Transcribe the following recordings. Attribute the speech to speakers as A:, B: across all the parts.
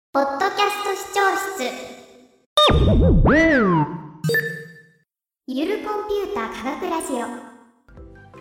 A: キャスト視聴室ゆるコンピューター科学ラジオ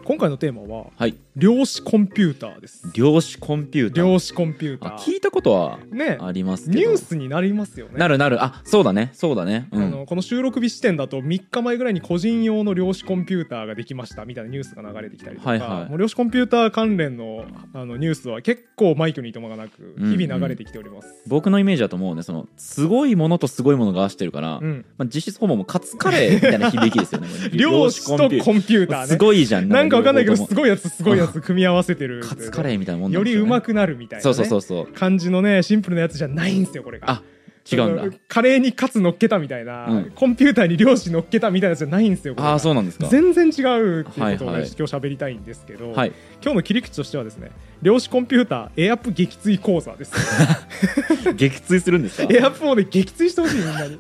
B: 今回のテーマは
C: はい
B: 量子コンピューターです
C: 量子コンピューター
B: 量子コンピューター
C: あ聞いたことは
B: ね
C: ありますけ
B: ニ
C: ど
B: ュースになりますよね
C: なるなるあそうだねそうだねう
B: あ
C: ん
B: のこの収録日時点だと3日前ぐらいに個人用の量子コンピューターができましたみたいなニュースが流れてきたりとか、
C: はいはい
B: もう量子コンピューター関連のあのニュースは結構マイクにいとまがなく
C: うん
B: 日々流れてきております。
C: 僕のイメージだともうねそのすごいものとすごいものが合わせてるから、
B: うん
C: まあ、実質ほぼもうカツカレーみたいな響き ですよね
B: 量子とコンピ
C: 量子コン
B: ュー
C: ピュ
B: タ
C: ー
B: ー
C: す
B: ね。
C: ごいじゃん
B: なんかわかんないけど
C: 両方
B: す
C: とも
B: ごいやつすごいやつ組み合わせてる
C: カツカレーみたいなもんな
B: よ
C: んです
B: り
C: よ
B: う
C: ね
B: まくなるみたいな、ね、
C: そうそうそうそう
B: 感じのねシンプルなやつじゃないんですよこれが
C: あ違うんだ
B: そのカレーにカツ乗っけたみたいな、
C: うん
B: コンピューターに量子乗っけたみたいなやつじゃないんですよこれが
C: ああーそうなんですか
B: 全然違うっていうことをね、
C: はいはい
B: 今日喋りたいんですけど、
C: はい
B: 今日の切り口としてはですね量子コンピューターエアップ撃墜講座です
C: 撃墜するんですか
B: エアップをね撃墜してほしいみんな に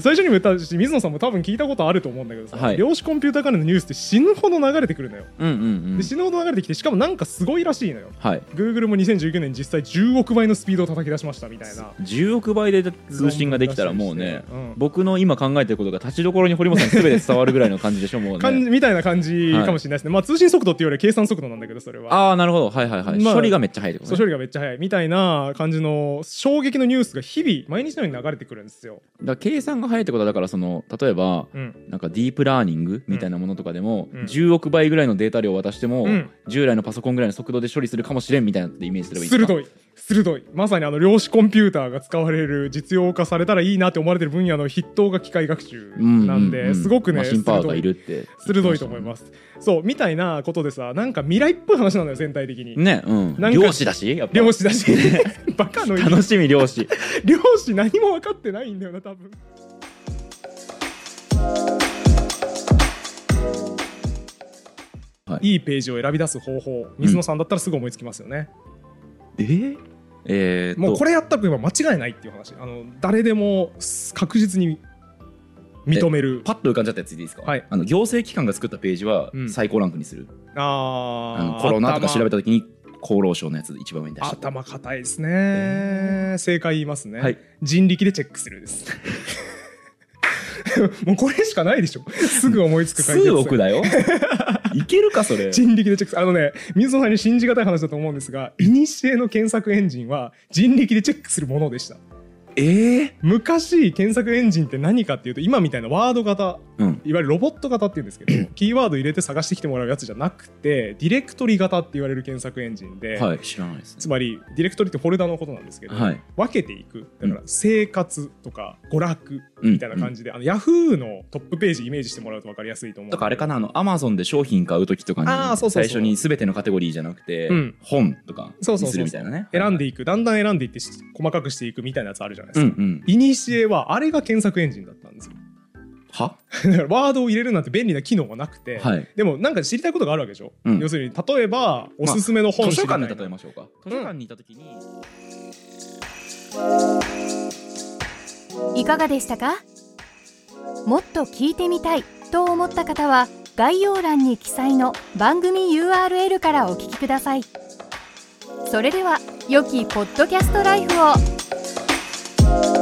B: 最初にも言ったし水野さんも多分聞いたことあると思うんだけどさ、
C: はい
B: 量子コンピューター関連のニュースって死ぬほど流れてくるのよ、
C: うんうんうん
B: で死ぬほど流れてきてしかもなんかすごいらしいのよ
C: はい
B: Google も2019年実際10億倍のスピードを叩き出しましたみたいな
C: 10億倍で通信ができたらもうね、
B: うん
C: 僕の今考えてることが立ちどころに堀本さんに全て伝わるぐらいの感じでしょもう
B: 感
C: ね
B: じみたいな感じかもしれないですね、まあ通信速度っていうよりは計算速度なんだけどそれは
C: ああなるほどはいはいはい、
B: まあ
C: 処理がめっちゃ早いってこ
B: そう
C: と
B: 処理
C: ね
B: がめっちゃ早いみたいな感じの衝撃のニュースが日々毎日のように流れてくるんですよ。
C: だから計算が早いってことはだからその例えば
B: うん、
C: なんかディープラーニングみたいなものとかでも、
B: うん
C: 10億倍ぐらいのデータ量を渡しても、
B: うん
C: 従来のパソコンぐらいの速度で処理するかもしれんみたいなってイメージすればいいんですか
B: 鋭い鋭いまさにあの量子コンピューターが使われる実用化されたらいいなって思われてる分野の筆頭が機械学習なんで、すごくね、
C: マシンパワーがい
B: 鋭
C: る
B: い
C: って
B: 鋭いと思います。そうみたいなことでさなんか未来っぽい話なんだよ全体的に。
C: ねうん
B: なんか
C: 漁師だしやっぱ
B: 漁師だしバカの意味
C: 楽しみ 漁師
B: 漁師何も分かってないんだよな多分。
C: はい
B: いいページを選び出す方法水野さんだったらすぐ思いつきますよね、
C: えー、えー、
B: もうこれやったら今間違いないっていう話あの誰でも確実に認める
C: パッと浮かんじゃったやつでいいですか、
B: はい
C: あの行政機関が作ったページは
B: うん
C: 最高ランクにする、
B: あ
C: あの
B: ー
C: コロナとか
B: 頭
C: 調べた時に厚労省のやつ一番上に出しちゃった
B: 頭固いですね、正解言いますね、
C: はい
B: 人力でチェックするです もうこれしかないでしょすぐ思いつく解決
C: 数億 だよいけるかそれ
B: 人力でチェックするあのね水野さんに信じがたい話だと思うんですがいにしえの検索エンジンは人力でチェックするものでした
C: えー、
B: 昔検索エンジンって何かっていうと今みたいなワード型
C: うん
B: いわゆるロボット型っていうんですけどキーワード入れて探してきてもらうやつじゃなくてディレクトリ型って言われる検索エンジンで、
C: はい知らないです
B: つまりディレクトリってフォルダのことなんですけど、
C: はい
B: 分けていくだから
C: う
B: 生活とか娯楽みたいな感じで、あのヤフーのトップページイメージしてもらうと分かりやすいと思う
C: とかあれかなあのアマゾンで商品買う時とか
B: あー
C: に
B: そうそうそう
C: 最初に全てのカテゴリーじゃなくて
B: うん
C: 本とか
B: そう
C: に
B: そうそう
C: するみたいなね
B: 選んで
C: い
B: いくだんだん選んでいってし細かくしていくみたいなやつあるじゃないで
C: うん
B: す
C: う
B: か。
C: ん
B: いにしえはあれが検索エンジンだったんですよ。
C: は
B: だ からワードを入れるなんて便利な機能がなくて、
C: はい
B: でもなんか知りたいことがあるわけでしょ、
C: うん
B: 要するに例えばおすすめの本知
C: 図書
B: りたい
C: 館で例えましょうか図書館にいた時に、
D: いかがでしたかもっと聞いてみたいと思った方は概要欄に記載の番組 URL からお聞きくださいそれでは良きポッドキャストライフを